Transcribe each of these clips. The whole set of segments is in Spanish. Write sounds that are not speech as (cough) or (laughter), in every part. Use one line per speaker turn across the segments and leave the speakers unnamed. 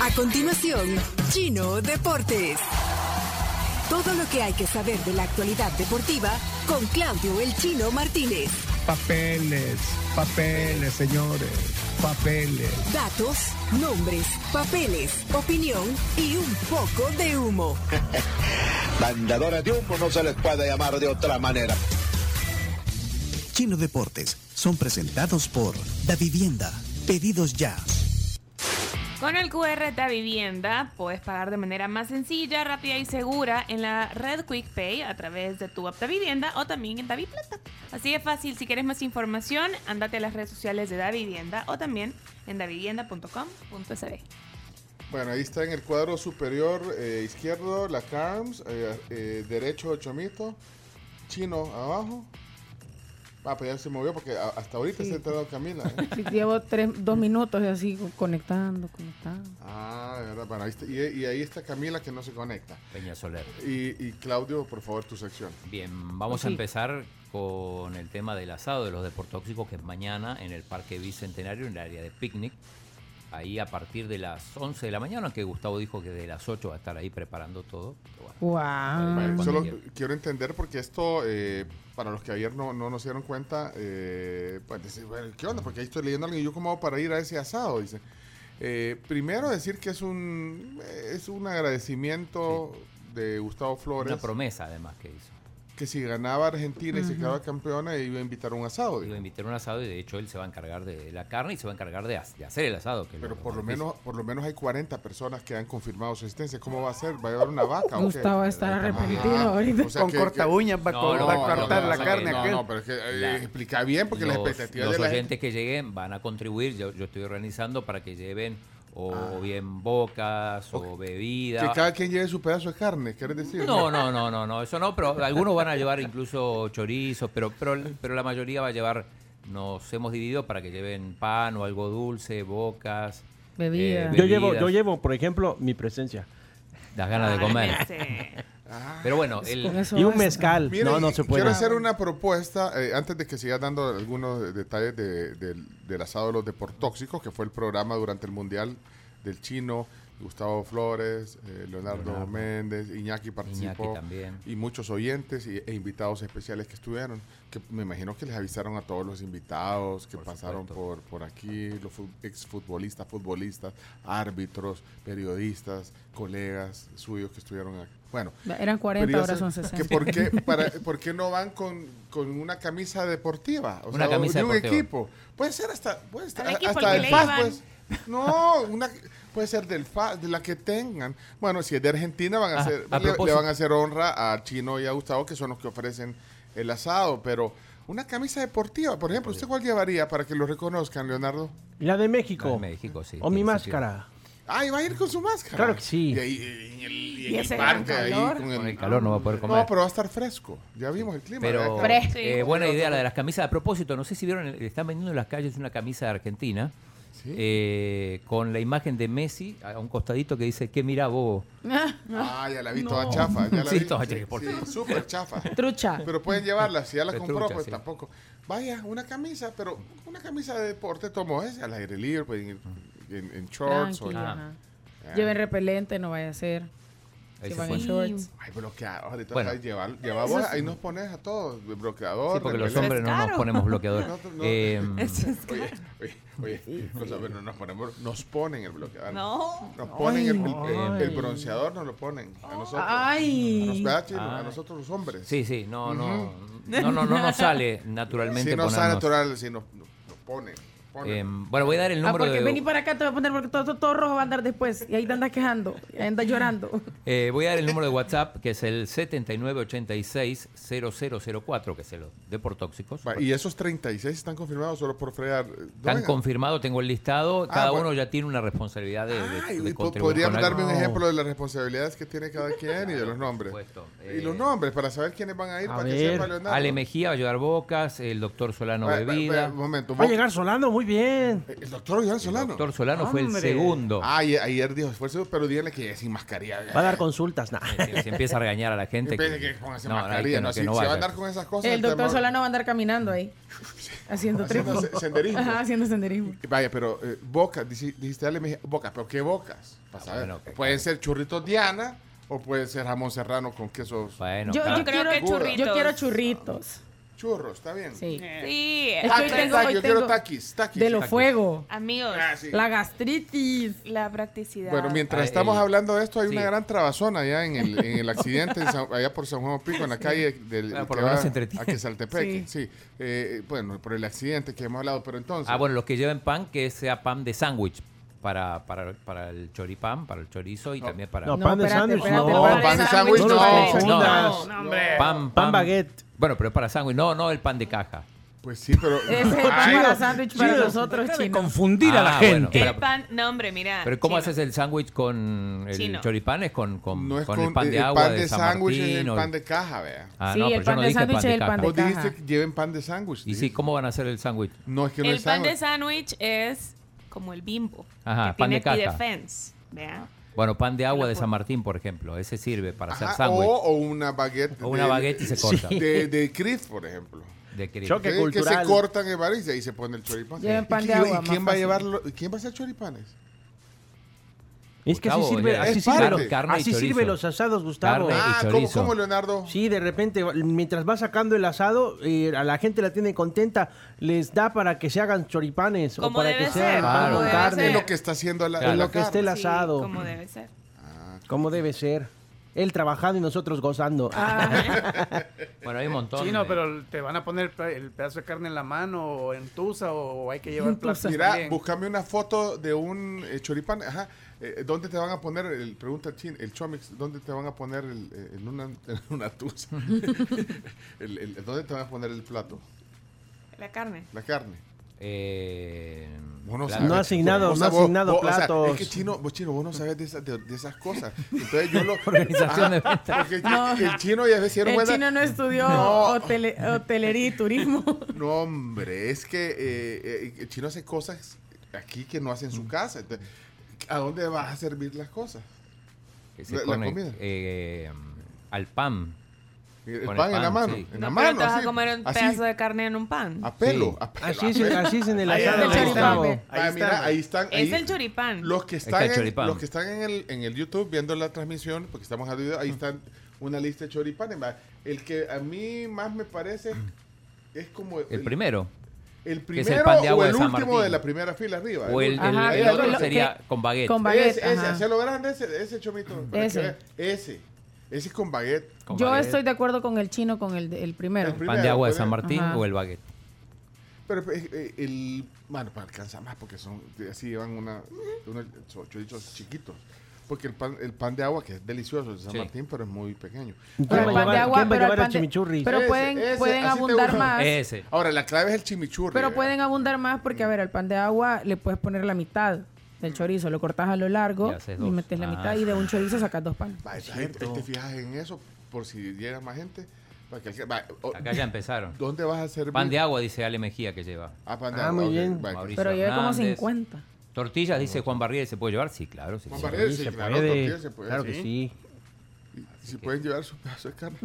A continuación, Chino Deportes. Todo lo que hay que saber de la actualidad deportiva con Claudio El Chino Martínez.
Papeles, papeles, señores, papeles.
Datos, nombres, papeles, opinión y un poco de humo.
Mandadores de humo no se les puede llamar de otra manera.
Chino Deportes son presentados por Da Vivienda. Pedidos ya.
Con el QR de Vivienda puedes pagar de manera más sencilla, rápida y segura en la red Quick Pay a través de tu app de Vivienda o también en DaviPlata. Así de fácil, si quieres más información, andate a las redes sociales de DaVivienda o también en davivienda.com.sb.
Bueno, ahí está en el cuadro superior eh, izquierdo la Carms, eh, eh, derecho Chomito, Chino abajo. Ah, pues ya se movió porque a- hasta ahorita se ha entrado Camila. ¿eh?
Sí, llevo tres, dos minutos y así co- conectando, conectando.
ah, de verdad. Bueno, ahí está- y, y ahí está Camila que no se conecta.
Peña Soler.
Y, y Claudio, por favor, tu sección.
Bien, vamos a
Sí.
empezar con el tema del asado de los deportóxicos, que es mañana en el Parque Bicentenario, en el área de picnic. Ahí a partir de las 11 de la mañana, que Gustavo dijo que de las 8 va a estar ahí preparando todo. pero bueno.
Wow.
Vale,
cuando
solo
quiera.
quiero entender porque esto, eh, para los que ayer no, no nos dieron cuenta, eh, pues decir, bueno, ¿qué onda? Porque ahí estoy leyendo algo y yo cómo hago para ir a ese asado, dice. Eh, primero decir que es un, es un agradecimiento de Gustavo Flores,
Una promesa además que hizo.
que si ganaba Argentina y se quedaba campeona, iba a invitar a un asado.
Iba a
dijo.
invitar un asado y de hecho él se va a encargar de la carne y se va a encargar de, ha- de hacer el asado. que es
Pero
que
por lo,
más
menos, por lo menos hay 40 personas que han confirmado su asistencia. ¿Cómo va a ser? ¿Va a llevar una vaca? o qué? Ah.
Gustavo está
Ajá.
arrepentido ahorita.
O sea,
con
que-
corta
que-
uñas va, a co-
No,
va a
no,
cortar
no,
la
no,
carne
no,
aquel.
No, pero es que eh,
La-
explica bien porque las
los,
expectativas
los
de la gente.
oyentes que lleguen van a contribuir. Yo, yo estoy organizando para que lleven o bien bocas o bebidas.
Ah. Que cada quien lleve su pedazo de carne, ¿quieres decir?
No, no, no, no, no, eso no, pero algunos van a llevar incluso chorizos, pero, pero, pero la mayoría va a llevar, nos hemos dividido para que lleven pan o algo dulce, bocas. eh,
Bebida.
Yo llevo,
bebidas,
yo llevo, por ejemplo, mi presencia.
Las ganas
Ah,
de comer. Pero bueno,
Con
el,
eso
Y un
basta.
mezcal.
Mira,
no, no
y
se puede.
Quiero hacer una propuesta, eh, antes de que siga dando algunos de- detalles de- del, del asado de los deportóxicos, que fue el programa durante el Mundial del Chino, Gustavo Flores, eh, Leonardo,
Leonardo.
Méndez, Iñaki participó.
Iñaki también.
Y muchos oyentes y- e invitados especiales que estuvieron, que me imagino que les avisaron a todos los invitados que pasaron por, por aquí, los fu- exfutbolistas, futbolistas, árbitros, periodistas, colegas suyos que estuvieron aquí. Bueno,
Eran 40,
pero ya
ahora
sé
son
que
60.
por, qué,
(laughs)
para- ¿Por qué no van con, con una camisa deportiva? O
Una
sea,
camisa
de un
deportiva.
equipo. Puede ser hasta, puede estar,
Al equipo
hasta
al que
del
le
FAS.
iban.
pues. No, una, puede ser del FAS, de la que tengan. Bueno, si es de Argentina, van a
Ah,
hacer,
a
le- le,
propósito.
van a hacer honra a Chino y a Gustavo, que son los que ofrecen el asado. Pero una camisa deportiva, por ejemplo, ¿usted cuál llevaría para que lo reconozcan, Leonardo?
La de
La
México.
de México, sí,
O mi
tiene
máscara.
Ah, y va a ir con su máscara.
Claro que sí.
Y ahí eh, en el, y en
Y
el
ese gran
parque, ahí
calor.
con
con
el...
el calor no va a poder comer.
No, pero va a estar fresco. Ya vimos el clima. ¿verdad?
Pero
Claro.
Fresco.
eh, buena idea la de las camisas. A propósito, no sé si vieron, eh, están vendiendo en las calles una camisa de Argentina eh, con la imagen de Messi a un costadito que dice, que mira bobo.
Ah, ya la vi toda chafa. Ya la
Sí,
vi.
toda
Sí,
chafa, por
sí, súper chafa.
Trucha.
(laughs) Pero pueden llevarla, si ya la
Es
compró,
trucha,
pues
sí.
tampoco. Vaya, una camisa, pero una camisa de deporte tomó ese al aire libre, pueden ir en, en shorts. O,
Tranqui,
Ah.
ajá.
Ah.
Lleven repelente, no vaya a ser. Si
Ahí se
van
fue.
en shorts.
Ay, bloqueador. Ahorita
Bueno.
sabes, llevar, llevar vos, ahí nos pones a todos, el bloqueador.
Sí, porque los
repelente.
hombres no nos ponemos bloqueador.
(laughs) No, no, no.
Em, (laughs)
Oye, oye, oye, los hombres no nos ponemos, nos ponen el bloqueador.
No.
Nos ponen el,
Ay.
el bronceador, nos lo ponen a nosotros. A, nos,
Ay.
¿verdad, Chino? a
Ay.
nosotros los hombres.
Sí, sí, no, no, no, no, no nos sale naturalmente
Si no sale
ponernos.
natural, si nos, nos- nos pone. nos pone.
Em, bueno, voy a dar el
Ah,
número
porque vení
de
para acá, te voy a poner porque todo, todo, todo rojo va a andar después. Y ahí te andas quejando, y ahí andas llorando.
eh, voy a dar el número de WhatsApp que es el 7986-0004, que es el de por tóxicos.
Va, y esos 36 están confirmados solo por eh, fregar.
Están confirmados, tengo el listado,
Ah,
cada
bueno.
uno ya tiene una responsabilidad de, de- de contribuir
Podrían
con
darme
algo.
un ejemplo de las responsabilidades que tiene cada quien y de los nombres.
supuesto.
y
Eh,
los nombres, para saber quiénes van a ir,
a
para que
ver,
sepa Leonardo.
Ale Mejía va a llevar bocas, el doctor Solano
Va, va, va,
bebida.
un momento.
Va a
Bo-
llegar Solano, muy bien.
El doctor Iván Solano.
El doctor Solano fue el
Hombre.
segundo.
Ah, ayer, ayer dijo esfuerzo, pero díganle que sin mascarilla.
Va a dar consultas. nah.
Se, se empieza a regañar a la gente.
Depende que póngase
no, no,
mascarilla.
que
No,
no, que
si,
no
si va a
vaya.
andar con esas cosas.
El doctor
entonces,
Solano va a andar caminando ahí. Haciendo
Haciendo
tripo.
se- senderismo.
Ajá, haciendo senderismo.
Vaya, pero eh, bocas, dici- dijiste, dale, me dije, bocas, pero ¿qué bocas? Pa'
Ah,
saber.
bueno, que-
pueden ser churritos Diana o puede ser jamón serrano con quesos
Bueno, ah,
yo,
ah.
Ah,
claro.
yo
creo
quiero,
que churritos.
yo quiero churritos.
churros, ¿está bien?
Sí.
Sí,
(laughs) Es
Ah,
que hoy
taqui,
tengo-
taqui,
hoy
yo quiero
tengo-
taquis, taquis.
De lo
Exacto.
fuego.
amigos,
Ah, sí.
La gastritis.
la practicidad.
Bueno, mientras
Ah,
estamos
el-
hablando de esto, hay una
sí.
gran trabazona allá en el, en
(laughs)
el accidente, en San- allá por San Juan Pico, en la calle del
Bueno, Ah, por
que
lo menos
va
se entretiene.
a Quesaltepeque. Sí, Eh, bueno, por el accidente que hemos hablado, pero entonces.
Ah, bueno, los que lleven pan, que sea pan de sándwich. Para, para, para el choripán, para el chorizo y también para...
No, pan de sándwich, no.
pan de sándwich,
no,
no,
confundas.
no, hombre.
pan,
Pan baguette.
Bueno, pero es para sándwich. No, no el pan de caja.
Pues sí, pero.
Ese es el pan
Ay,
para sándwich para
Chino,
nosotros,
deja de
chino.
confundir a la
Ah, bueno,
gente.
El pan, no hombre, mira.
Pero ¿cómo
chino.
haces el sándwich con el
Chino.
choripán? Es con, con,
no es
con
con eh,
el pan de
el
agua
pan
de
de
San
sándwich, es
Martín.
el
o-
pan de caja, vea.
Ah,
Sí,
no,
el
pero yo
pan
no
de
dije
sándwich
pan
es
de
el
caja.
pan
Vos
de
dijiste
caja.
que lleven pan de sándwich.
¿Y sí,
dijiste.
cómo van a hacer el sándwich?
No, es que no
El
es
pan de
sándwich.
sándwich es como el bimbo.
Ajá,
que
pan
tiene
de caja.
Defense, ¿vea?
Bueno, pan de agua
lo
de
puedo-
San Martín, por ejemplo. Ese sirve para hacer
Ajá,
sándwich.
o, o una baguette.
O una
de-
baguette
(laughs)
y se corta.
De, de Cris, por ejemplo.
de querido.
Choque
Que, que se
cultural.
cortan en varios y ahí se pone el choripán.
Lleven
¿Y
pan de
qui-
agua,
¿Y
más
quién va a
fácil.
llevarlo? ¿Quién va a hacer choripanes?
Es que así
Gustavo,
sirve,
ya,
así
es
sirve,
parte.
los-
Carne y
así
chorizo.
sirve los asados, Gustavo.
Carne.
Ah,
y
¿cómo,
chorizo.
cómo, Leonardo?
Sí, de repente, mientras va sacando el asado, eh, a la gente la tiene contenta, les da para que se hagan choripanes o
Como
para
debe
que
ser,
sea
como
pan con
debe
carne,
Es
ser.
lo que está haciendo la,
Claro.
la
Lo que esté
carne.
el asado,
Sí, como debe ser.
como debe ser. Él trabajando y nosotros gozando.
Bueno, hay un montón.
Sí, no,
de-
pero te van a poner pla- el pedazo de carne en la mano o en tusa o hay que llevar
En tusa.
plástico
Mira,
también.
búscame una foto de un eh, choripán. Ajá. Eh, ¿Dónde te van a poner? El, pregunta el Chin, el Chomix, ¿dónde te van a poner el, eh, en, una, (laughs) en una tusa? (laughs) El- el- ¿Dónde te van a poner el plato?
La carne.
La carne.
Eh,
Vos no
plato.
sabes.
No asignado,
O sea,
no
vos-
asignado
vos- o sea,
platos.
es que chino, vos chino, vos no sabes de esas, de, de esas cosas. Entonces yo lo.
(laughs) Organización de
Ajá,
ventas.
porque el chino ya se dieron
El
cuenta.
chino no estudió
No.
hotele- hotelería y turismo.
No, hombre, es que eh, eh, el chino hace cosas aquí que no hace en su
Mm.
casa. Entonces, ¿a dónde vas a servir las cosas?
que se
la- la
pone,
comida.
eh, al pan.
El
Con
pan,
el
en la
pan,
mano.
sí.
En la
no,
mano.
pero te vas
así,
a comer un
así, Ah,
pedazo de carne en un pan.
A pelo,
Sí.
a pelo.
Así
a
es,
pelo.
así es en el
Ahí está
asado,
el
Gustavo.
choripán.
Ah,
Ahí
mira,
está.
ahí están.
Es
ahí-
el choripán.
Los que
Está
están,
el
en,
choripán.
los que están en, el, en el YouTube viendo la transmisión, porque estamos haciendo video, ahí están una lista de choripanes. va. El que a mí más me parece es como
El primero.
el
que es
primero
el pan de agua
o
de
el
San
último
Martín.
de la primera fila arriba.
O el, el-
Ajá,
el
ahí
otro
arriba.
sería con baguette.
Con baguette.
Ese, ese,
ajá.
hacelo grande, ese, ese chomito. para que
Ese.
vea. Ese. Ese es con baguette.
Con
Yo
baguette.
estoy de acuerdo con el chino, con el, de- el primero.
El primero. pues,
Pan de agua de San
Primero,
Martín
ajá.
o el baguette.
Pero eh, eh, el. Bueno, para alcanzar más, porque son. Así llevan una, unos cho- choritos chiquitos. Porque el pan, el pan de agua, que es delicioso el San
Sí.
Martín, pero es muy pequeño.
Pero
¿Quién va a
el pan de
llevar-
agua,
quién va a
pero el
llevar el
pan de-
chimichurri?
Pero
Ese,
pueden,
ese,
pueden
así te
abundar
gusta.
Ah,
más.
Ese.
Ahora, la clave es el chimichurri.
Pero
¿verdad?
pueden abundar más porque, a ver, al pan de agua le puedes poner la mitad del chorizo. Lo cortas a lo largo
Y haces
y
dos.
metes la
Ah.
mitad y de un chorizo sacas dos panes.
Va, ahí- ahí te fijas en eso, por si llega más gente. para que- va, o-
Acá ya empezaron.
¿Dónde vas a servir?
Pan de agua, dice Ale Mejía que lleva.
Ah, pan de
Ah,
agua.
muy
ok,
bien.
va, que-
Mauricio.
Pero llevé como
Hernández.
50.
Tortillas, dice Juan Barrier, ¿se puede llevar? Sí, claro. Sí,
Juan
sí.
Barrier.
Sí,
Sí,
se
claro, tortilla se
puede.
puede,
Claro que
sí.
sí.
y- y si pueden llevar su pedazo de carne.
(laughs)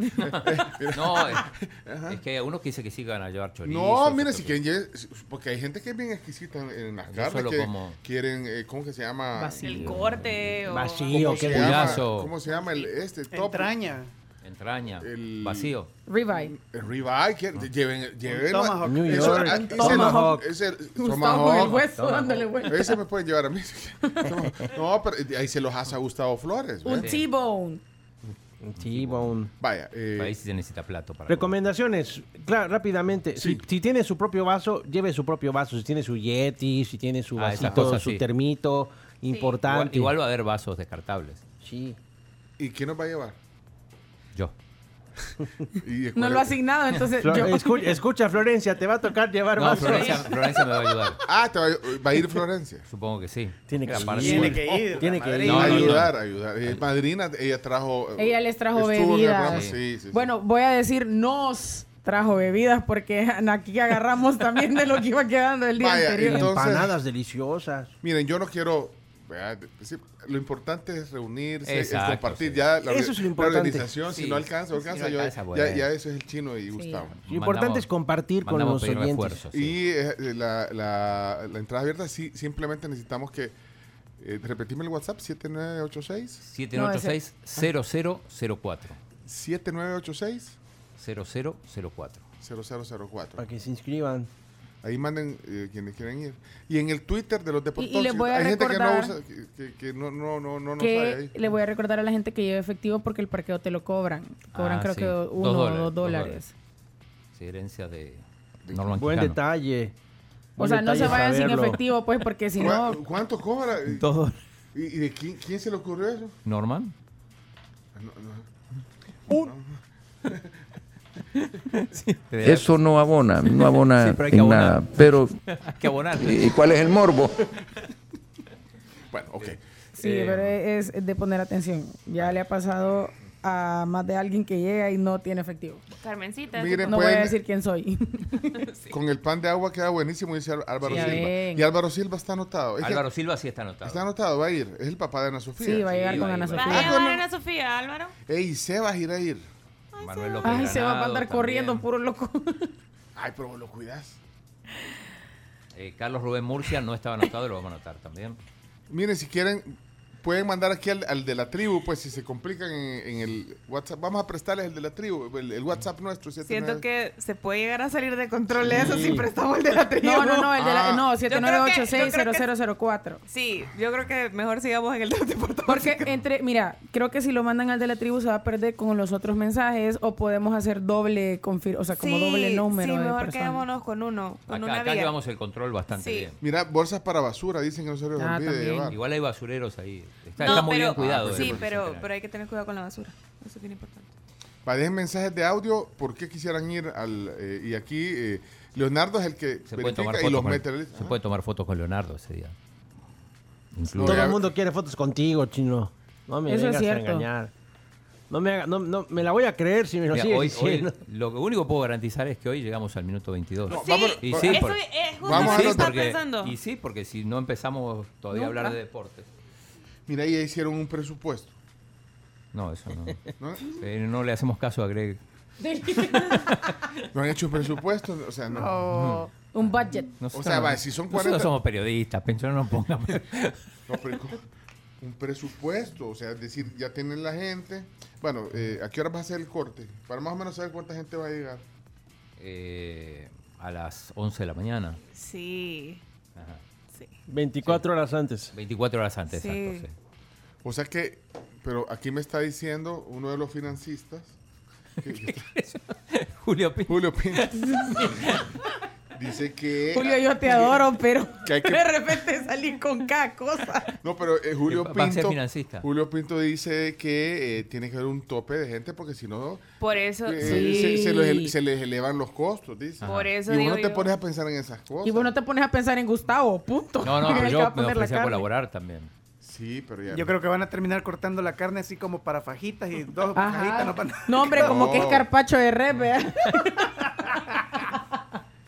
No, eh, es, es que hay unos que dicen que sí que van a llevar chorizo.
No, mira,
eso,
si
pero-
quieren lleve- si- porque hay gente que es bien exquisita en, en las
Yo
carnes,
solo
que
como-
quieren, eh, ¿cómo que se llama?
Vacío.
El corte o...
Vacío.
¿Cómo,
Tío, qué
se llama,
delicazo.
¿Cómo se llama el este? Top?
Entraña.
Entraña,
El-
vacío.
Ribeye.
El ribeye, que- lleven, lleven.
tomahawk.
Ah. New
Eso-
York,
ah,
un
ese-
tomahawk.
ese-
Gustavo con el
tomahawk.
hueso dándole vuelta.
Ese me pueden llevar a mí. (laughs) No, pero ahí se los hace a Gustavo Flores.
Un
¿ves?
T-bone.
Sí, bon.
Vaya, eh,
Ahí sí se necesita plato para.
Recomendaciones, claro, rápidamente.
Sí.
Si, si tiene su propio vaso, lleve su propio vaso. Si tiene su Yeti, si tiene su
Ah, esas
vasito,
cosas,
su
sí.
termito,
comer.
importante.
Igual, igual va a haber vasos descartables.
Sí.
¿y quién nos va a llevar?
Yo.
Y-
No lo ha asignado,
(laughs)
entonces
Flo-
yo...
escu- escucha, Florencia, te va a tocar llevar
No,
vaso.
Florencia, Florencia me va a ayudar.
Ah, te va, a- va a ir Florencia.
Supongo que sí.
Tiene que
Aparte-
Tiene que ir.
Tiene
la
que
Madrid.
ir.
No, no, no.
ayudar, ayudar. Eh, madrina, ella trajo. eh,
Ella les trajo
estuvo en el
bebidas.
programa, sí, sí, sí.
Bueno, voy a decir nos trajo bebidas porque (laughs) aquí agarramos también de lo que iba quedando el día
Vaya,
Y
anterior.
entonces-
empanadas deliciosas.
Miren, yo no quiero. ¿verdad? Sí, Lo importante es reunirse,
Exacto,
es compartir
sí.
ya la,
Eso es lo
la
importante.
organización.
Sí.
Si no alcanza, no
Si no
alcanza, yo-
alcanza, bueno.
ya, ya eso es el chino y Gustavo.
Lo importante es compartir con
mandamos
los
pedir
oyentes.
refuerzos, sí.
Y eh, la, la- la entrada abierta, sí, simplemente necesitamos que. Eh, repetime el WhatsApp: 7986.
7986-0004.
7986
0004.
0004.
Para que se inscriban.
Ahí manden eh, quienes quieren ir. Y en el Twitter de los
Y- y les
deportes.
voy a
Hay gente que no
recordar-
usa, que, que- que no, no, no, no, no sabe
que
ahí.
le voy a recordar a la gente que lleve efectivo porque el parqueo te lo cobran. Cobran
Ah,
creo
sí.
que
Dos
uno o
dólares,
dos
dos
dólares.
Sí, herencia de Norman
Buen
Quijano.
detalle.
O
Buen
sea, no se
detalle
vayan sin
saberlo.
efectivo, pues, porque si
¿Cuá-
no,
¿Cuánto cobra? ¿Y,
(laughs) Todo.
y de quién, quién se le ocurrió eso?
Norman. (laughs)
Eso no abona, no abona
Sí, pero hay que
en
abonar.
nada. Pero,
Hay que abonar.
¿y cuál es el morbo?
Bueno, ok.
sí,
eh.
pero es es de poner atención. Ya le ha pasado a más de alguien que llega y no tiene efectivo.
Carmencita.
Miren,
No voy a
pueden-
decir quién (laughs) soy.
Con el pan de agua queda buenísimo, dice Ál- Álvaro
Sí, ya
Silva.
ven.
Y Álvaro Silva está anotado. Es que
Álvaro Silva sí está anotado.
está anotado, va a ir. Es el papá de Ana Sofía.
Sí, va a llegar
Sí,
con
va,
Ana
va.
¿Vas
ah,
a
Sofía.
llevar a Ana Sofía, Álvaro?
Ey, Sebas irá a ir.
Manuel López
Ay, se va a
Granados
andar
también.
corriendo, puro (laughs) loco.
Ay, pero vos lo cuidás.
Eh, Carlos Rubén Murcia no estaba anotado, lo vamos a anotar también.
Miren, si quieren, pueden mandar aquí al, al de la tribu, pues si se complican en, en el WhatsApp. Vamos a prestarles el de la tribu, el, el WhatsApp nuestro.
Siento
79.
que se puede llegar a salir de control eso si prestamos el de la tribu.
No, no, no, el de la,
Ah.
no,
creo que- yo creo
7986-0004.
Sí, yo creo que mejor sigamos en el de deporte.
Porque entre, mira, creo que si lo mandan al de la tribu se va a perder con los otros mensajes o podemos hacer doble, confir o sea, como doble número
Sí,
de
mejor
personas.
quedémonos con uno, con
Acá,
una
acá
vía.
llevamos el control bastante
Sí.
bien. Eh,
Mira, bolsas para basura, dicen que no se les
Ah,
olvide
también.
llevar.
Igual hay basureros ahí. Está,
No,
está muy
pero-
bien
ah,
cuidado. eh,
Ah, pues Sí,
el
pero,
Bicentenario.
pero hay que tener cuidado con la basura. Eso es bien importante.
Va, dejen mensajes de audio, ¿por qué quisieran ir al... eh, y aquí eh, Leonardo es el que
se puede tomar
verifica y
fotos.
los
con-
mete en la lista.
se
Ah.
puede tomar fotos con Leonardo ese día. Incluso.
Todo
Ya-
el mundo quiere fotos contigo, chino. No me
Eso es
vengas a
cierto.
engañar. No me, haga- no, no, me la voy a creer si me lo
Mira,
sigues
hoy,
diciendo.
hoy lo que único que puedo garantizar es que hoy llegamos al minuto 22.
No,
Sí,
vámonos,
Y
va-
sí,
eso
por-
es justo
Vamos
lo que
a
sí,
lo-
estaba
porque-
pensando.
y sí, porque si no empezamos todavía a hablar de deportes.
Mira, ahí hicieron un presupuesto.
No, eso no.
¿no?
Eh, no le hacemos caso a Greg.
No han hecho un presupuesto, o sea, no.
(laughs) Un budget.
Nosotros
sea,
no-
va, si son
nosotros
40
somos periodistas, pensó no nos pongamos. (laughs)
No, pero ¿cómo? un presupuesto, o sea, es decir, ya tienen la gente. Bueno, eh, ¿a qué hora vas a hacer el corte? Para más o menos saber cuánta gente va a llegar.
Eh, a las 11 de la mañana.
Sí,
Ajá.
sí.
24 horas antes.
24 horas antes,
Sí.
exacto. sí. (laughs)
O sea que, pero aquí me está diciendo uno de los financistas, que-
(laughs) Julio Pinto.
Julio Pinto, dice que...
Julio, yo te adoro, pero
Que hay que-
de repente salí con cada cosa.
No, pero eh, Julio
Que va a ser
Pinto.
financista.
Julio Pinto dice que eh, tiene que haber un tope de gente porque si no
Por eso,
eh,
sí.
se, se los- se les elevan los costos,
Ah.
dice.
Por eso
Ah. y
digo
uno te
yo.
pones a pensar en esas cosas.
Y vos no te pones a pensar en Gustavo, punto. (laughs)
No, no,
Porque
pero
él
yo
te va a
me
poner la
ofrecí a
carne.
colaborar también.
Sí, pero ya.
Yo creo que van a terminar cortando la carne así como para fajitas y dos fajitas no
Ajá.
van a-
No, hombre, como que es
No.
carpacho de red, ¿verdad?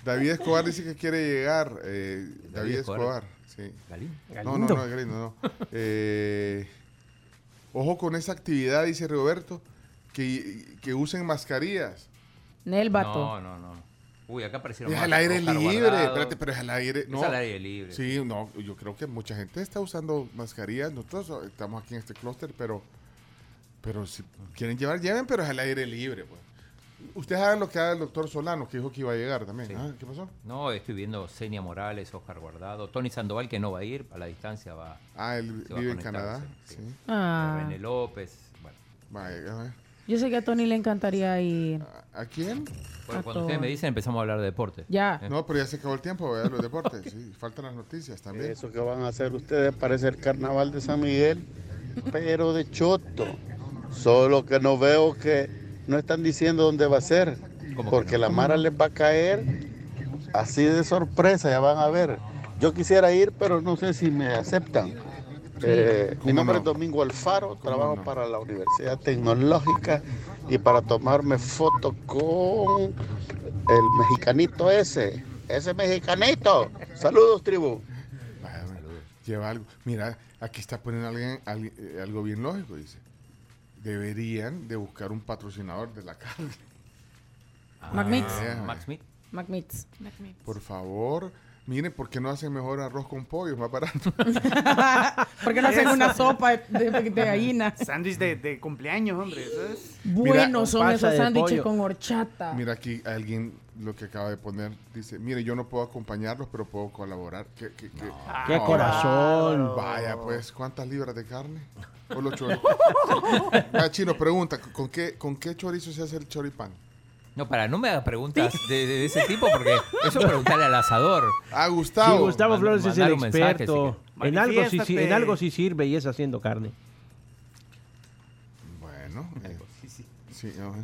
David Escobar dice que quiere llegar. eh, David, Escobar.
Escobar.
sí.
Galín.
No, no, no, es gringo, no. Eh, ojo con esa actividad, dice Roberto, que, que usen mascarillas.
Nel
No,
vato.
no, no. Uy, acá aparecieron.
Es
más.
al aire
Oscar
libre,
Guardado.
espérate, pero es al aire. No.
Es al aire libre.
Sí, no, yo creo que mucha gente está usando mascarillas. Nosotros estamos aquí en este clúster, pero, pero si quieren llevar, lleven, pero es al aire libre. Pues. Ustedes hagan lo que haga el doctor Solano, que dijo que iba a llegar también. Ah, ¿Qué pasó?
No, estoy viendo Senia Morales, Oscar Guardado, Tony Sandoval que no va a ir, a la distancia va.
Ah, él
Se va a
vive en
conectar,
Canadá.
sí,
Sí.
sí.
Ah,
René López. Bueno,
Vaya, a ver.
yo sé que a Tony le encantaría ir.
¿A- ¿A quién?
Bueno,
A
cuando
todo.
ustedes me dicen empezamos a hablar de deporte.
Ya.
No, pero ya se acabó el tiempo, ¿verdad? Los deportes, sí. Faltan las noticias también.
Eso que van a hacer ustedes parece el carnaval de San Miguel, pero de choto. Solo que no veo que no están diciendo dónde va a ser,
¿Cómo que
porque
no?
la Mara les va a caer así de sorpresa, ya van a ver. Yo quisiera ir, pero no sé si me aceptan. Eh, mi
¿Cómo
nombre
no?
es Domingo Alfaro, trabajo para la Universidad Tecnológica y para tomarme fotos con el mexicanito ese, ese mexicanito. Saludos, tribu.
Lleva algo. Mira, aquí está poniendo alguien, alguien, eh, algo bien lógico, dice. Deberían de buscar un patrocinador de la carne.
McMeats.
Ah,
(laughs) McMeats.
Por favor, miren, ¿por qué no hacen mejor arroz con pollo? Es más barato.
¿Por qué no hacen
Eso.
una sopa de, de- de gallina?
(laughs) Sándwich de, de cumpleaños, hombre. eso es-
Buenos son
Con
esos
pasa de
sándwiches
pollo.
con horchata.
Mira aquí alguien lo que acaba de poner. Dice, mire, yo no puedo acompañarlos, pero puedo colaborar. ¿Qué, qué, qué?
¡Qué
Ah,
corazón!
Vaya, pues, ¿cuántas libras de carne? O los chorizos. Ah, Chino, pregunta, ¿con qué, ¿con qué chorizo se hace el choripán?
No, para, no me hagas preguntas de, de- de ese tipo porque eso preguntarle al asador.
Ah,
Sí,
Gustavo.
Gustavo
Mand-
Flores es el
mandar un mensaje,
experto.
si
En algo, sí, sí- en
Manifiéstate.
algo sí sirve y es haciendo carne.
Bueno, eh, sí, ajá.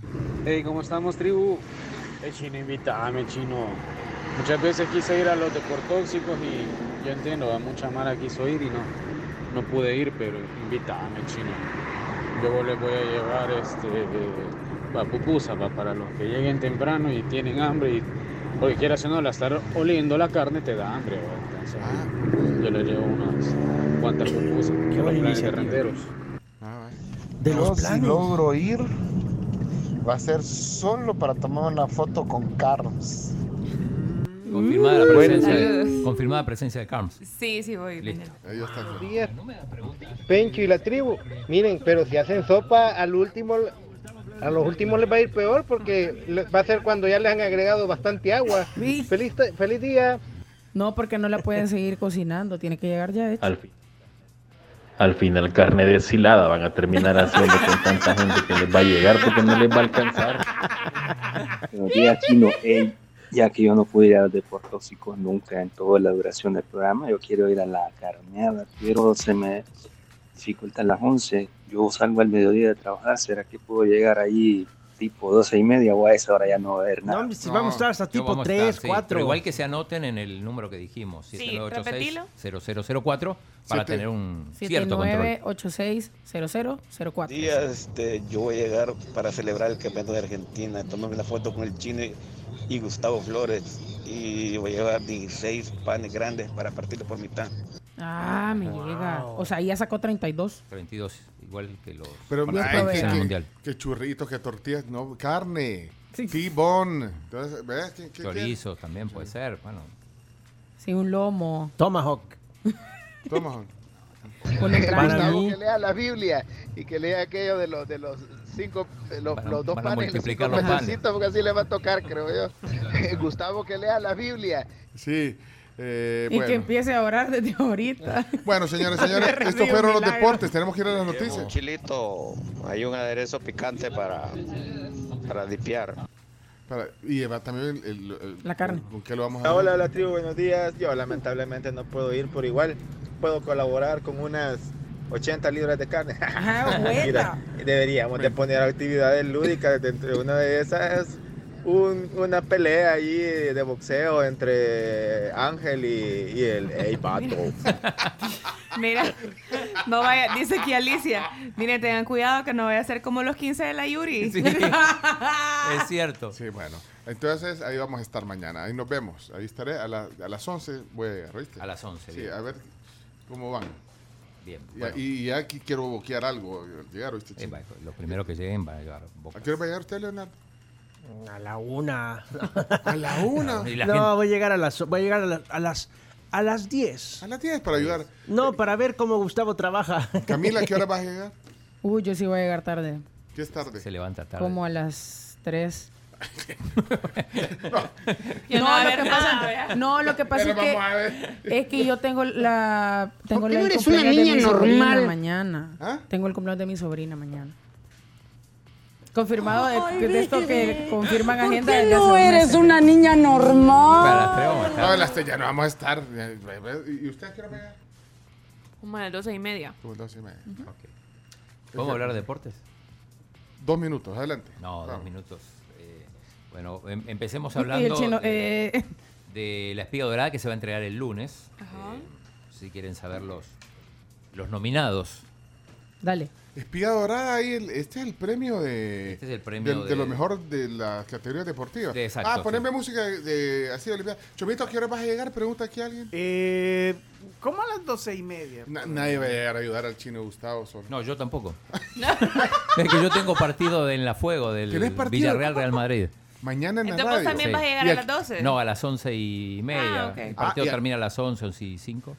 Hey, ¿cómo estamos, tribu? El chino, invítame, chino. Muchas veces quise ir a los deportóxicos y yo entiendo, a mucha mara quiso ir y no, no pude ir, pero invítame, chino. Yo les voy a llevar este, eh, va, pupusa va, para los que lleguen temprano y tienen hambre y porque quieras o no, la estar oliendo la carne te da hambre. va. Entonces, yo les llevo unas cuantas pupusas. a los
buena
planes de
iniciativa.
randeros.
De los
Yo, si
planes.
logro ir, va a ser solo para tomar una foto con Carlos.
Confirmada la
Bueno.
presencia, de,
Saludos.
confirmada presencia de Carms.
Sí, sí, voy.
Listo.
Ahí está.
días, Pencho y la tribu. Miren, pero si hacen sopa, al último, a los últimos les va a ir peor porque le- va a ser cuando ya les han agregado bastante agua. Feliz, ta- feliz día.
No, porque no la pueden seguir cocinando. Tiene que llegar ya hecha.
Al, fin- al final carne deshilada van a terminar haciendo con tanta gente que les va a llegar porque no les va a alcanzar.
Buenos días, Chino. Ey, ya que yo no pude ir a los deportóxicos nunca en toda la duración del programa, yo quiero ir a la carneada, pero se me dificultan las 11. Yo salgo al mediodía de trabajar, ¿será que puedo llegar ahí tipo 12 y media o a esa hora ya no va a haber nada?
si vamos a estar hasta
No,
tipo
vamos a
tres,
sí,
cuatro.
pero igual que se anoten en el número que dijimos,
Sí,
7986-0004, para
Siete-
tener un cierto control.
7986-0004.
día este, yo voy a llegar para celebrar el campeonato de Argentina, tomarme la foto con el chino y Gustavo Flores y voy a llevar 16 panes grandes para partirlo por mitad.
Ah, me llega. O sea, ahí ya sacó 32.
32, igual que los
Pero mira, que,
participantes en el
que-
mundial.
que churritos, que tortillas, no, carne, tibón. Entonces, ¿ves? ¿Qué- qué- qué?
Chorizo también puede ser, bueno.
Sí, un lomo.
Tomahawk.
Toma.
(laughs)
Con el
Para
traje.
mí-
Que lea la Biblia y que lea aquello de los, de los cinco, de los,
Van a-
los dos
van a
panes y los
multiplicar
cinco
los panes.
pececitos, porque así le va a tocar, creo yo. (laughs) Gustavo, que lea la Biblia.
Sí. eh,
Y que
bueno.
empiece a orar desde ahorita.
Bueno, señores, señores,
(laughs) Me
estos
río,
fueron los
milagro.
deportes. Tenemos que ir a las
Un
noticias.
chilito, hay un aderezo picante para, para dipiar.
Para- y lleva también el, el- el-
La carne.
¿Con, con qué lo vamos a
Hola,
hacer?
hola, hola, tribu, buenos días. Yo lamentablemente no puedo ir, por igual puedo colaborar con unas 80 libras de carne. (laughs)
Ah,
Mira, deberíamos de poner actividades lúdicas. Dentro de una de esas es un- una pelea ahí de boxeo entre Ángel y, y el Ey Pato.
Mira, (laughs) no vaya, dice aquí Alicia, miren, tengan cuidado que no vaya a ser como los 15 de la Yuri.
Ah.
Es cierto.
Sí, bueno. Entonces, ahí vamos a estar mañana. Ahí nos vemos. Ahí estaré. A, la- a las 11 voy a llegar, ¿viste? A
las 11.
Sí,
bien.
a ver cómo van.
Bien.
Y,
bueno.
y aquí quiero boquear algo. al Llegar, ¿viste?
Eh, va, los primeros que lleguen van a llevar boca.
¿A qué hora va a llegar usted, Leonardo?
A la una.
A la una.
Y
(laughs)
la
no,
gente-
voy a llegar a las voy a llegar a las a las a las 10.
A las 10 para ayudar.
No, para ver cómo Gustavo trabaja.
Camila, ¿a qué hora vas a llegar?
Uy, yo sí voy a llegar tarde.
¿Qué es tarde?
Se levanta tarde.
Como a las 3.
Ya no
no,
va a
lo
haber
que
nada,
pasa,
¿verdad?
no, lo que pasa es
Pero vamos a
que,
ver.
es que yo tengo la tengo
¿Por qué
la
no
el
eres una
cumpleaños de
niña
mi sobrina
normal?
mañana.
¿Ah?
Tengo el cumpleaños de mi sobrina mañana. Confirmado de- de, esto que confirman agenda desde hace
no
dos
eres
meses.
una niña normal?
No, a las 3 ya no vamos a estar. ¿Y usted a qué hora va a llegar?
(laughs) Como a las 12 y media.
Como las 12 y media.
¿Podemos hablar de deportes?
Dos minutos, adelante.
No, dos
Vamos.
minutos. Eh, bueno, em- empecemos
Y el
hablando
chino,
de,
eh.
de la espiga dorada que se va a entregar el lunes. Eh,
Ajá.
Si quieren saber los Los nominados.
Dale.
Espía Dorada, ahí el- este es el premio de.
Este es el premio
del- de,
de-
lo mejor de las categorías deportivas.
De- exacto,
ah, ponerme
sí.
música de, de- así de Olimpiada. Chomito, ¿a qué hora vas a llegar? Pregunta aquí a alguien.
¿Cómo Eh, a las doce y media?
Na- nadie va a llegar a ayudar al chino Gustavo. solo.
No,
(laughs)
yo tampoco. Es que yo tengo partido de en la fuego del
¿Tenés partido?
Villarreal Real Madrid.
Mañana en la
Entonces vos
radio.
también vas a llegar
Y
a
el-
las 12.
No, a las once y media.
Ah, ok.
El partido
Ah, y a-
termina a las once, once y cinco.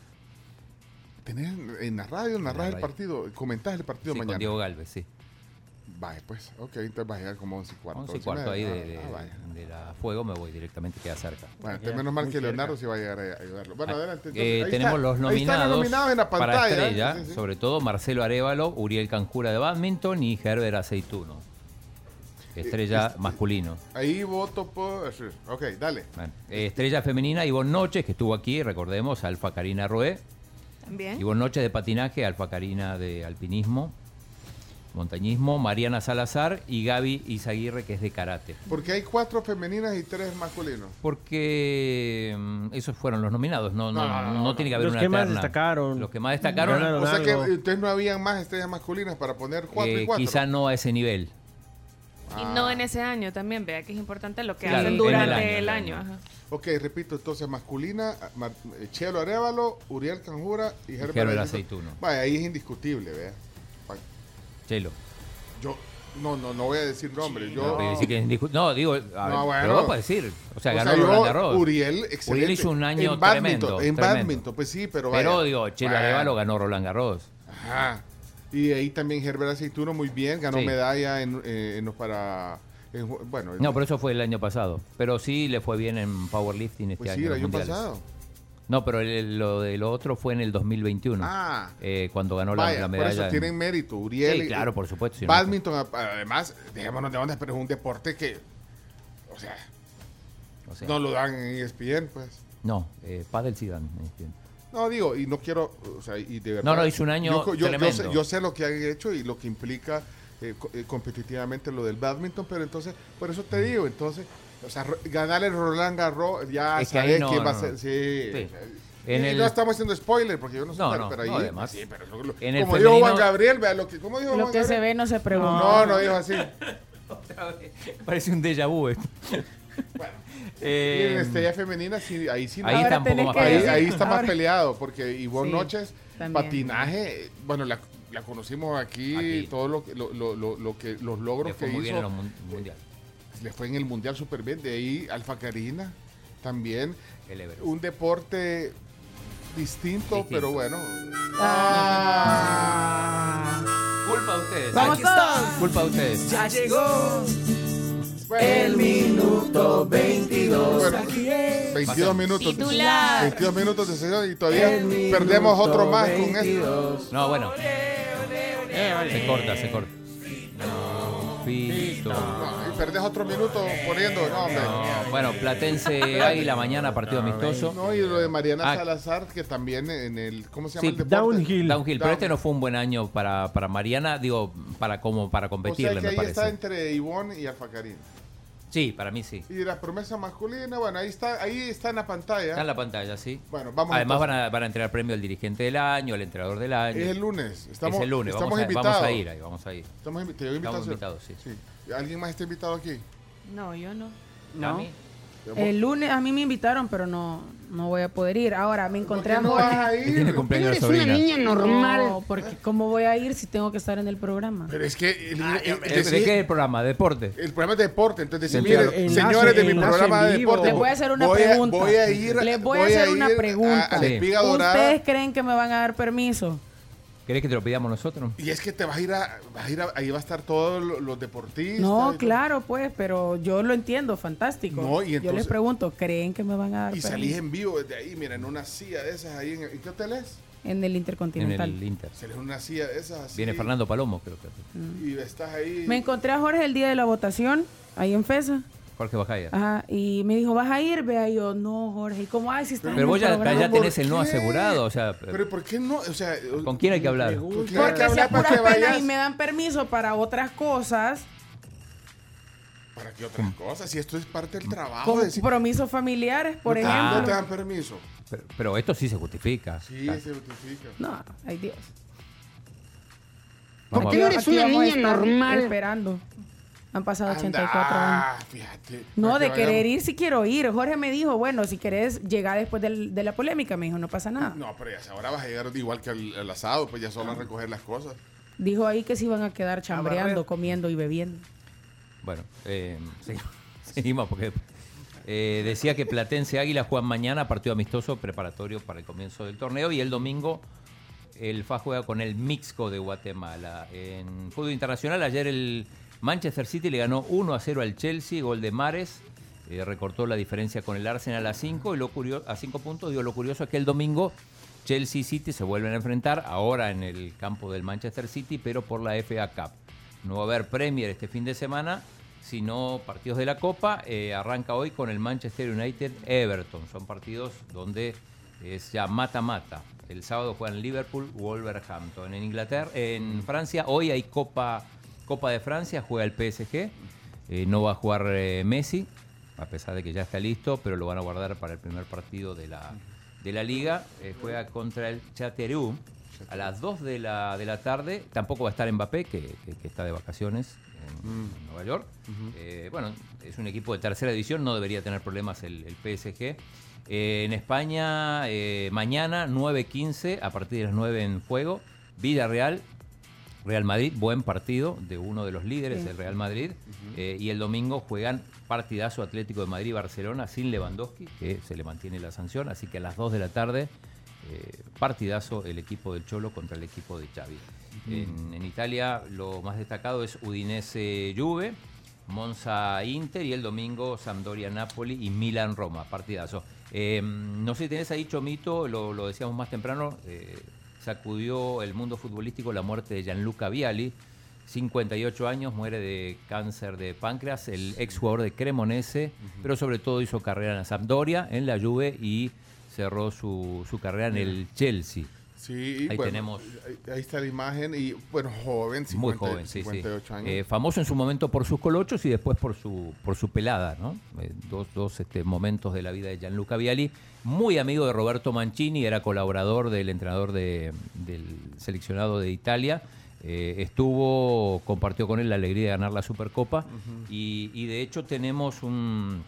Tenés en la radio, narrás el
radio.
partido, comentás el partido
Sí, con
mañana. Ah,
Diego Galvez, sí.
Vaya, pues, ok, entonces vas a llegar como 11 y cuarto.
Once y
11 media.
cuarto ahí de,
Ah,
de-
ah, vaya.
de la fuego me voy directamente, queda cerca.
Bueno, te- menos mal que Leonardo sí va a llegar a ayudarlo. Bueno,
Ah,
adelante.
eh,
entonces, ahí
tenemos
está. Ahí
los
están
nominados,
los nominados en la pantalla.
para
¿eh?
estrella,
Sí, sí, sí.
sobre todo Marcelo Arevalo, Uriel Cancura de badminton y Herbert Aceituno. Estrella
Este-
masculino.
Ahí voto por. sí, Ok, dale.
Eh, Estrella femenina, Ivonne Noches, que estuvo aquí, recordemos, Alfa Karina Roé.
También.
Ivonne Noches de patinaje, Alfa Karina de alpinismo, montañismo, Mariana Salazar y Gaby Izaguirre, que es de karate.
Porque hay cuatro femeninas y tres masculinos.
Porque mm, esos fueron los nominados, no,
No,
no,
no,
no,
no, no.
tiene que haber
Los
una
que más
terna.
destacaron.
Los que más destacaron.
o sea que ustedes no habían más estrellas masculinas para poner cuatro
eh,
y cuatro.
quizá no a ese nivel.
Ah.
Y no en ese año también, vea que es importante lo que
Claro,
hacen
en
durante el
el
año.
año,
ajá.
Ok, repito, entonces masculina, Mar- Chelo Arevalo, Uriel Canjura y Herbert,
Herbert
Aceituno.
Aceituno.
Vaya, ahí es indiscutible, vea. Pa-
Chelo.
Yo, no, no, no voy a decir nombres. Yo,
No, pero decir que es indiscu- no, digo, a ver,
bueno.
pero vos podés decir. O sea,
O
ganó
sea, yo,
Roland Garros.
Uriel, excelente.
Uriel hizo un año
En bádminton,
tremendo.
en
tremendo.
bádminton, pues sí, pero
Pero
vaya.
digo, Chelo
Bueno.
Arevalo ganó Roland Garros.
Ajá. Y ahí también Herbert Aceituno muy bien, ganó
Sí.
medalla en, eh, en los para... en ju- bueno,
No, pero eso fue el año pasado. Pero sí le fue bien en powerlifting este
pues
año.
sí, el
en los
año
mundiales.
pasado.
No, pero el- lo de lo otro fue en el 2021.
Ah.
eh, cuando ganó la,
Vaya,
la
por
medalla.
eso
en-
tienen mérito, Uriel.
Sí, claro, por supuesto. si no-
Badminton, a- además, dejémonos de onda, pero es un deporte que, o sea,
o sea,
no lo dan en ESPN, pues.
No, eh, Padel Zidane. entiendo.
No, digo, y no quiero, o sea, y de verdad.
No, no, hizo un año
yo, yo- yo
tremendo.
sé, yo sé lo que han hecho y lo que implica eh, co- eh, competitivamente lo del badminton, pero entonces, por eso te digo, entonces, o sea, ro- ganar el Roland Garros, ya
Es que ahí
sabes
no,
quién va a
no,
ser.
no.
Sí.
Sí.
Y-
En
y
el-
no estamos haciendo spoiler, porque yo no sé,
No,
pero-
no,
pero
no,
ahí.
además.
sí, pero lo- lo-
En el
como dijo Juan
femenino-
Gabriel, vea lo que, ¿cómo dijo
Lo
Juan
que se
Gabriel?
ve no se pregunta.
No, no dijo así.
(laughs) Parece un déjà vu.
Y
eh.
en
(laughs) Eh,
estrella femenina, sí, ahí sí. no.
Ahí está un poco más
ahí,
peleado.
este, ahí está más
Ahora-
peleado, porque Ivonne
Sí,
Noches,
también.
patinaje, eh, bueno, la, la conocimos aquí, todo lo que, lo, lo- lo- lo que los
le
logros
fue
que
muy bien
hizo.
en los mun- mundiales.
Le fue en el Mundial súper bien, de ahí Alfa Karina también.
El Everest.
Un deporte distinto, pero bueno.
Ah,
Culpa a ustedes.
Vamos
Aquí-
todos.
Culpa a ustedes.
Ya
llegó el minuto 22.
Bueno,
Aquí es.
22 minutos.
Titular.
22 minutos de sesión y todavía perdemos otro más con esto.
No, bueno. Se corta, se corta. No, Fito.
Y perdés otro minuto poniendo, no, hombre.
No, bueno,
(laughs)
Platense Águila mañana, partido amistoso.
No, y lo de Mariana
Ah.
Salazar, que también en el. ¿Cómo se llama
Sí,
el deporte?
Downhill, pero este no fue un buen año para, para Mariana, digo, para como para
O sea
competirle,
que
me
ahí está
parece.
entre Ivonne y Alfacarín.
Sí, para mí sí.
Y la promesa masculina, bueno, ahí está, ahí está en la pantalla.
Está en la pantalla, sí.
Bueno, vamos
Además
entonces.
van a, van a entregar premio al dirigente del año, al entrenador del año.
Es el lunes, estamos-
es el lunes.
estamos
vamos, a,
invitados.
vamos a ir ahí, vamos a ir.
Estamos, invi- te doy
Estamos
invitación.
invitados, sí.
Sí. ¿Alguien más está invitado aquí?
No, yo no.
No.
Eh,
El lunes a mí me invitaron, pero no, no voy a poder ir. Ahora me encontré
qué
a
no
Jorge.
vas a ir? Tiene cumpleaños la
Tú eres
sobrina.
No, porque ¿cómo voy a ir si tengo que estar en el programa?
Pero es que. El, el-
¿De,
decir-
qué es el programa? ¿Deporte?
el programa es de deporte, entonces
Sí,
decir, miren,
claro. Enlace-
señores de mi
enlace
programa de
en vivo.
deporte.
Les voy a hacer una
voy
pregunta.
voy a ir.
Les voy, a hacer una
ir
pregunta.
A, a la espiga dorada.
¿Ustedes creen que me van a dar permiso?
¿Querés que te lo pidamos nosotros?
Y es que te vas a ir a. Vas a ir a- ahí va a estar todos lo- los deportistas.
No,
y todo.
claro, pues, pero yo lo entiendo, fantástico.
No, y
yo les
entonces-
pregunto, ¿creen que me van a dar
Y
permiso?
salís en vivo desde ahí, mira, en una silla de esas ahí. En, ¿en qué hotel es?
En el
En
Intercontinental.
el Inter.
Salís en una silla de esas así.
Viene Fernando Palomo, creo que.
Y estás ahí.
Me encontré a Jorge el día de la votación, ahí en FESA.
Jorge Bajaya.
Ajá, y me dijo, ¿vas a ir? Vea, y yo, no, Jorge. ¿Y cómo? Ay, si está en
Pero vos
el
ya,
programa".
ya tenés el no
¿Por qué?
asegurado, o sea,
Pero ¿por qué no? O sea,
¿con quién hay que hablar?
Claro,
Porque si
habla
a
para
puras
que
penas
vayas. Ah,
y me dan permiso para otras cosas,
¿Para qué otras cosas? Si esto es parte del trabajo. de decir,
compromisos familiares, por
no te-
ejemplo.
No te dan permiso.
Pero, pero esto sí se justifica.
Sí,
Claro.
se justifica.
No, ay Dios.
Vamos
Porque
a ver.
aquí vamos a estar Esperando. Han pasado 84 años.
fíjate.
No,
Para
de
que
querer
vayan-
ir, si quiero ir. Jorge me dijo, bueno, si querés llegar después del- de la polémica, me dijo, no pasa nada.
No, pero ya ahora vas a llegar igual que al, al asado, pues ya solo a recoger las cosas.
Dijo ahí que se iban a quedar chambreando, comiendo y bebiendo.
Bueno, eh, sí, seguimos (laughs) porque eh, decía que Platense Águila juegan mañana partido amistoso preparatorio para el comienzo del torneo y el domingo el FA juega con el Mixco de Guatemala. En fútbol internacional ayer el Manchester City le ganó 1 a 0 al Chelsea, gol de Mares. eh, recortó la diferencia con el Arsenal a 5 y lo curio- a 5 puntos. Digo, lo curioso es que el domingo Chelsea y City se vuelven a enfrentar ahora en el campo del Manchester City, pero por la FA Cup. No va a haber Premier este fin de semana, sino partidos de la Copa. Eh, arranca hoy con el Manchester United Everton. Son partidos donde es ya mata-mata. El sábado juegan Liverpool, Wolverhampton. En Inglaterra, en Francia, hoy hay Copa, Copa de Francia, juega el PSG. Eh, no va a jugar eh, Messi, a pesar de que ya está listo, pero lo van a guardar para el primer partido de la, de la liga. Eh, juega contra el Chateau a las 2 de la, de la tarde. Tampoco va a estar Mbappé, que, que- que está de vacaciones en, en Nueva York. Eh, bueno, es un equipo de tercera división, no debería tener problemas el, el PSG. Eh, en España, eh, mañana 9.15, a partir de las 9 en juego, Villarreal, Real Madrid, buen partido de uno de los líderes,
Sí.
el Real Madrid. Eh, y el domingo juegan partidazo Atlético de Madrid-Barcelona sin Lewandowski, que se le mantiene la sanción. Así que a las 2 de la tarde, eh, partidazo el equipo del Cholo contra el equipo de Xavi.
Ujú.
En, en Italia lo más destacado es Udinese-Juve, Monza-Inter y el domingo Sampdoria-Napoli y Milan-Roma, partidazo. Eh, no sé si tenés ahí, Chomito, lo, lo decíamos más temprano, eh, sacudió el mundo futbolístico la muerte de Gianluca Vialli, 58 años, muere de cáncer de páncreas, el ex jugador de Cremonese, pero sobre todo hizo carrera en la Sampdoria, en la Juve y cerró su, su carrera en el Chelsea.
Sí, y
Ahí
bueno,
tenemos.
Ahí, ahí está la imagen y, bueno, joven, 50,
Muy joven, sí, sí.
58 años.
Eh, famoso en su momento por sus colochos y después por su, por su pelada, ¿no? Eh, dos dos este, momentos de la vida de Gianluca Vialli. Muy amigo de Roberto Mancini, era colaborador del entrenador de- del seleccionado de Italia. Eh, estuvo, compartió con él la alegría de ganar la Supercopa y, y de hecho tenemos un,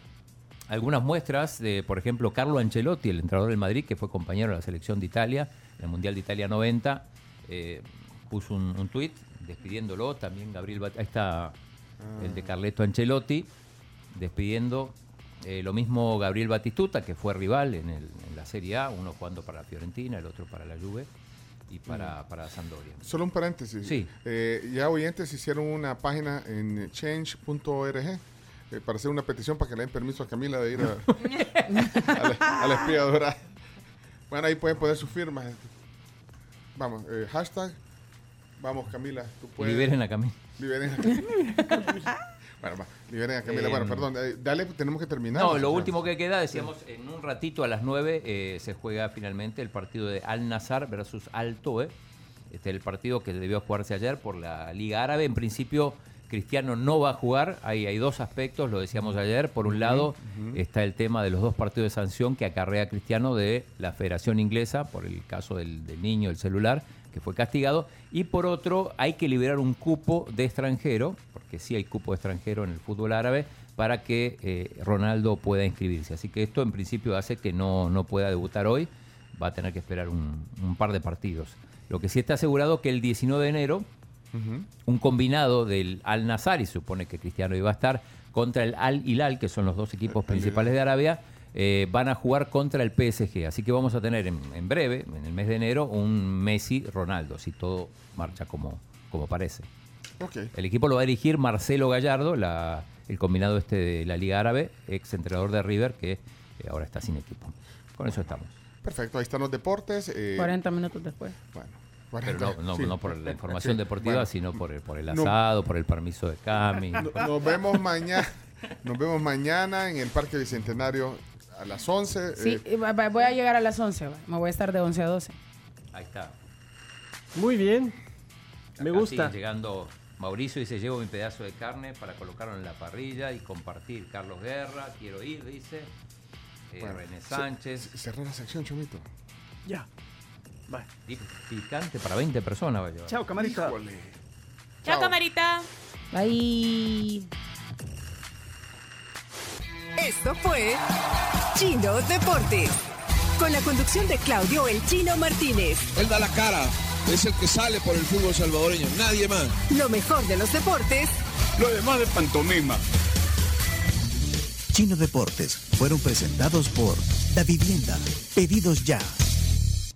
algunas muestras de, por ejemplo, Carlo Ancelotti, el entrenador del Madrid, que fue compañero de la selección de Italia, en el Mundial de Italia 90, eh, puso un, un tuit despidiéndolo. También Gabriel Bat- ahí está el de Carleto Ancelotti, despidiendo. Eh, lo mismo Gabriel Batistuta, que fue rival en, el- en la Serie A, uno jugando para Fiorentina, el otro para la Juve y para, para Sampdoria.
Solo un paréntesis.
Sí.
Eh, ya oyentes hicieron una página en change.org eh, para hacer una petición para que le den permiso a Camila de ir a, a la, a la espiadora. Bueno, ahí pueden poner sus firmas. Vamos, eh, hashtag. Vamos, Camila, tú puedes.
liberen a Camila.
Liberen a Camila.
(laughs)
bueno, va, liberen a Camila. bueno,
Em,
perdón, eh, dale, tenemos que terminar.
No, lo último que queda, decíamos, en un ratito a las 9 eh, se juega finalmente el partido de Al Nazar versus Al Toe. Este es el partido que debió jugarse ayer por la Liga Árabe. En principio, Cristiano no va a jugar. Hay, hay dos aspectos, lo decíamos ayer. Por un lado, está el tema de los dos partidos de sanción que acarrea a Cristiano de la Federación Inglesa por el caso del, del niño, el celular, que fue castigado. Y por otro, hay que liberar un cupo de extranjero, porque sí hay cupo de extranjero en el fútbol árabe, para que eh, Ronaldo pueda inscribirse. Así que esto en principio hace que no, no pueda debutar hoy. Va a tener que esperar un, un par de partidos. Lo que sí está asegurado que el 19 de enero un combinado del Al Nazar, y supone que Cristiano iba a estar, contra el Al Hilal, que son los dos equipos principales de Arabia, eh, van a jugar contra el PSG. Así que vamos a tener en, en breve, en el mes de enero, un Messi Ronaldo, si todo marcha como, como parece.
Ok.
El equipo lo va a dirigir Marcelo Gallardo, la- el combinado este de la Liga Árabe, ex entrenador de River, que eh, ahora está sin equipo. Con eso estamos.
Perfecto, ahí están los deportes. eh,
40 minutos después.
Pero no, no-
sí.
no
(laughs)
por la información
Sí,
deportiva,
bueno.
sino por el, por el
No.
asado, por el permiso de Cami.
No- nos vemos mañana. Nos vemos mañana en el Parque Bicentenario a las 11.
Sí,
eh,
y va- va- voy a llegar a las 11, va. me voy a estar de 11 a 12.
Ahí está.
Muy bien. Me
Acá
gusta.
sigue llegando Mauricio dice, llevo mi pedazo de carne para colocarlo en la parrilla y compartir. Carlos Guerra, quiero ir, dice. Eh,
bueno,
René
se-
Sánchez.
se- Cerró la sección, Chomito.
Ya.
Picante para 20 personas va a llevar.
Chao, camarita.
Híjole.
Chao, camarita.
Bye.
Esto fue Chino Deportes. Con la conducción de Claudio El Chino Martínez.
Él da la cara, es el que sale por el fútbol salvadoreño, nadie más.
Lo mejor de los deportes.
Lo demás de pantomima.
Chino Deportes fueron presentados por Da Vivienda, Pedidos Ya.